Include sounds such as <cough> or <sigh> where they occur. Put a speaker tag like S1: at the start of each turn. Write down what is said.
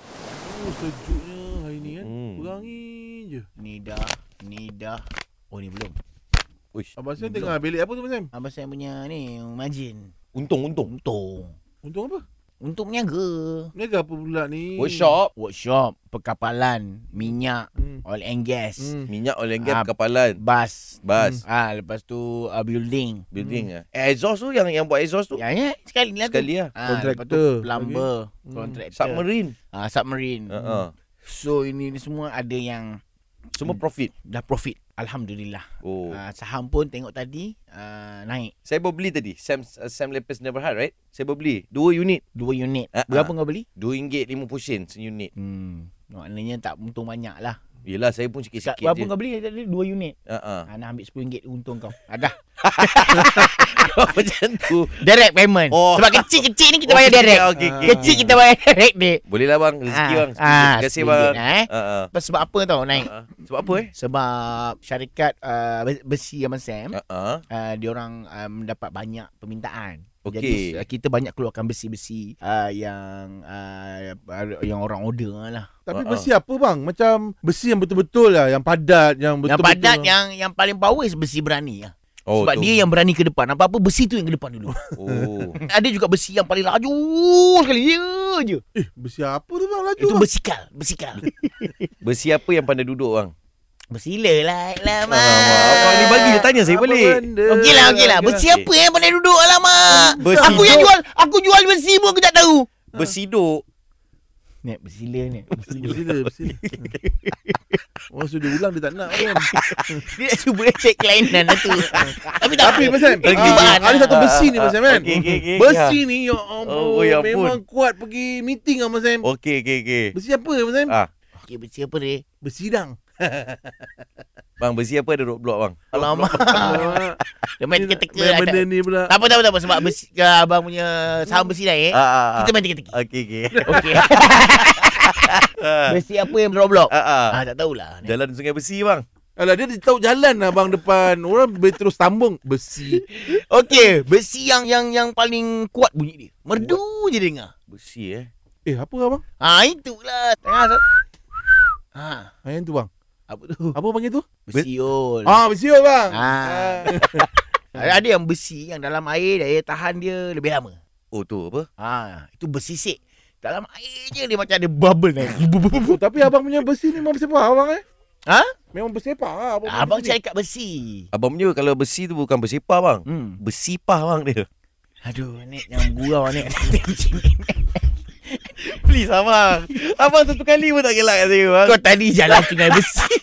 S1: Oh, sejuknya hari ni kan.
S2: Hmm.
S1: Hmm. Berangin je.
S3: Ni dah Ni dah Oh ni belum
S2: Uish,
S1: Abang Sam tengah bilik apa tu Abang Sam?
S3: Abang saya punya ni Majin
S2: untung untung.
S3: Untung
S1: Untung apa?
S3: Untuk meniaga
S1: Niaga apa pula
S3: Hmm.
S1: ni?
S2: Oh, Workshop
S3: Workshop Perkapalan Minyak
S1: Hmm.
S3: Oil and gas
S1: Hmm.
S2: minyak oil and gas
S3: Ah,
S2: kapalan,
S3: Bas
S2: Hmm. bas,
S3: Ah, lepas tu uh, building.
S2: building ah. Eh, exhaust tu yang yang buat exhaust tu.
S3: Hmm. Ya, ya, sekali lah
S2: Sekali
S3: tu. Ya.
S2: lah.
S3: Ah, lepas tu
S1: Contractor.
S3: plumber,
S1: Hmm.
S3: contractor,
S2: Submarine.
S3: Ah, submarine.
S2: Ha ah.
S3: So ini ni semua ada yang
S2: Semua
S3: Hmm.
S2: profit.
S3: dah profit. Alhamdulillah.
S2: Oh.
S3: Ah, saham pun tengok tadi ah, naik
S2: Saya baru beli tadi. Sam uh, Sam Lepes Never Hard, right? Saya baru beli. Dua unit.
S3: 2 unit.
S2: Ah,
S3: Berapa
S2: ah.
S3: kau beli?
S2: RM2.50 sen unit.
S3: Hmm, maknanya tak untung banyak lah.
S2: Yelah, saya pun
S3: Sikit
S2: sikit-sikit
S3: Berapa
S2: je.
S3: kau beli tadi? 2 unit.
S2: Ha
S3: <laughs>
S2: ah.
S3: Ah, nak ambil RM10 untung kau. Ada.
S2: Macam tu.
S3: Direct payment.
S2: Oh.
S3: Sebab kecil-kecil ni kita bayar direct. Ah.
S2: Okey, okey.
S3: Kecil kita bayar <laughs> direct dek.
S2: Boleh lah bang, rezeki
S3: Ah,
S2: bang. Terima kasih
S3: RM10
S2: bang.
S3: lah, eh.
S2: Ha ah.
S3: Sebab apa tau naik?
S2: Ah, ah. Sebab apa eh?
S3: Sebab syarikat uh, besi Abang Sam
S2: Ha ah.
S3: uh, diorang uh, mendapat banyak permintaan.
S2: Okey.
S3: Jadi uh, kita banyak keluarkan besi-besi uh, yang uh, yang orang order lah.
S1: Tapi
S2: Ah, ah.
S1: besi apa bang? Macam besi yang betul-betul lah. Yang padat. Yang
S3: Betul, yang
S1: betul-betul. lah.
S3: padat yang yang paling power is besi berani lah.
S2: Oh,
S3: Sebab
S2: tu.
S3: dia yang berani ke depan. Apa-apa besi tu yang ke depan dulu.
S2: Oh.
S3: <laughs> Ada juga besi yang paling laju sekali. Ya je.
S1: Eh, besi apa tu bang? Laju
S3: Itu
S1: bang.
S3: besikal, besikal.
S2: Besi apa yang pandai duduk bang?
S3: <laughs> Bersila lah,
S2: Ah,
S3: alamak.
S2: ah, ni bagi je tanya saya
S1: Apa
S2: balik.
S1: benda?
S3: Okey lah, okey lah. Besi
S2: Okey.
S3: apa yang pandai duduk? Alamak.
S2: Besi
S3: aku yang
S2: duduk.
S3: jual, aku jual besi pun aku tak tahu.
S2: Bersiduk.
S3: Nek bersila ni.
S1: Besi dia, besi dia. Orang suruh dia ulang dia tak nak kan.
S3: <laughs> Dia nak cuba check kelainan lah tu. Tapi tak
S1: Tapi
S3: apa.
S1: Abang Sam,
S2: Okey.
S1: ah, ada satu besi ni Abang Sam kan.
S2: Okey, okey, okey.
S1: Besi ni ya
S2: Oh,
S1: ampun.
S2: ya ampun.
S1: Memang kuat pergi meeting Abang Sam.
S2: Okey, okey, okey.
S1: Besi apa Abang Sam?
S2: Ah.
S3: Okey, besi apa dia?
S1: Bersidang.
S2: Bang, besi apa ada roadblock bang?
S3: Alamak.
S1: Ah,
S3: Dia main
S1: ni nak-
S3: teka-teka
S1: main
S3: lah.
S1: Benda
S3: Tak
S1: ni pula.
S3: tak apa, tak apa, tak apa. Sebab besi, ke abang punya saham besi dah eh.
S2: Ah, ah, ah.
S3: Kita main
S2: <laughs>
S3: teka-teki.
S2: Okey, okey.
S3: Okey. <laughs>
S2: Ah,
S3: Besi apa yang beroblock?
S2: ah.
S3: Ah, tak tahulah. Nek.
S2: Jalan Sungai Besi bang.
S1: Alah dia tahu jalan lah bang depan. Orang boleh terus tambung besi.
S3: <laughs> Okey, besi yang yang yang paling kuat bunyi dia. Merdu je dia dengar.
S2: Besi eh.
S1: Eh apa abang?
S3: Ha itulah. Tengah sa- Ha,
S1: Ah, Yang tu bang.
S3: apa tu?
S1: Apa panggil tu?
S3: Besiul.
S1: Ah besi apa bang?
S3: Ah. Ada ada yang besi yang dalam air daya tahan dia lebih lama.
S2: Oh tu apa?
S3: Ha, itu besi sik. Dalam air je dia macam ada bubble naik. Bup, bup, bup,
S1: Oh,
S3: bup.
S1: tapi abang punya besi ni memang bersepak abang eh?
S3: Ha?
S1: Memang bersepak lah abang. punya
S3: Abang
S1: besi ni.
S3: cari kat besi.
S2: Abang punya kalau besi tu bukan bersipah bang.
S3: Hmm.
S2: Bersipah bang dia.
S3: Aduh, nek jangan gurau nek.
S2: Please abang. Abang satu kali pun tak gelak kat saya bang.
S3: Kau tadi jalan sungai besi.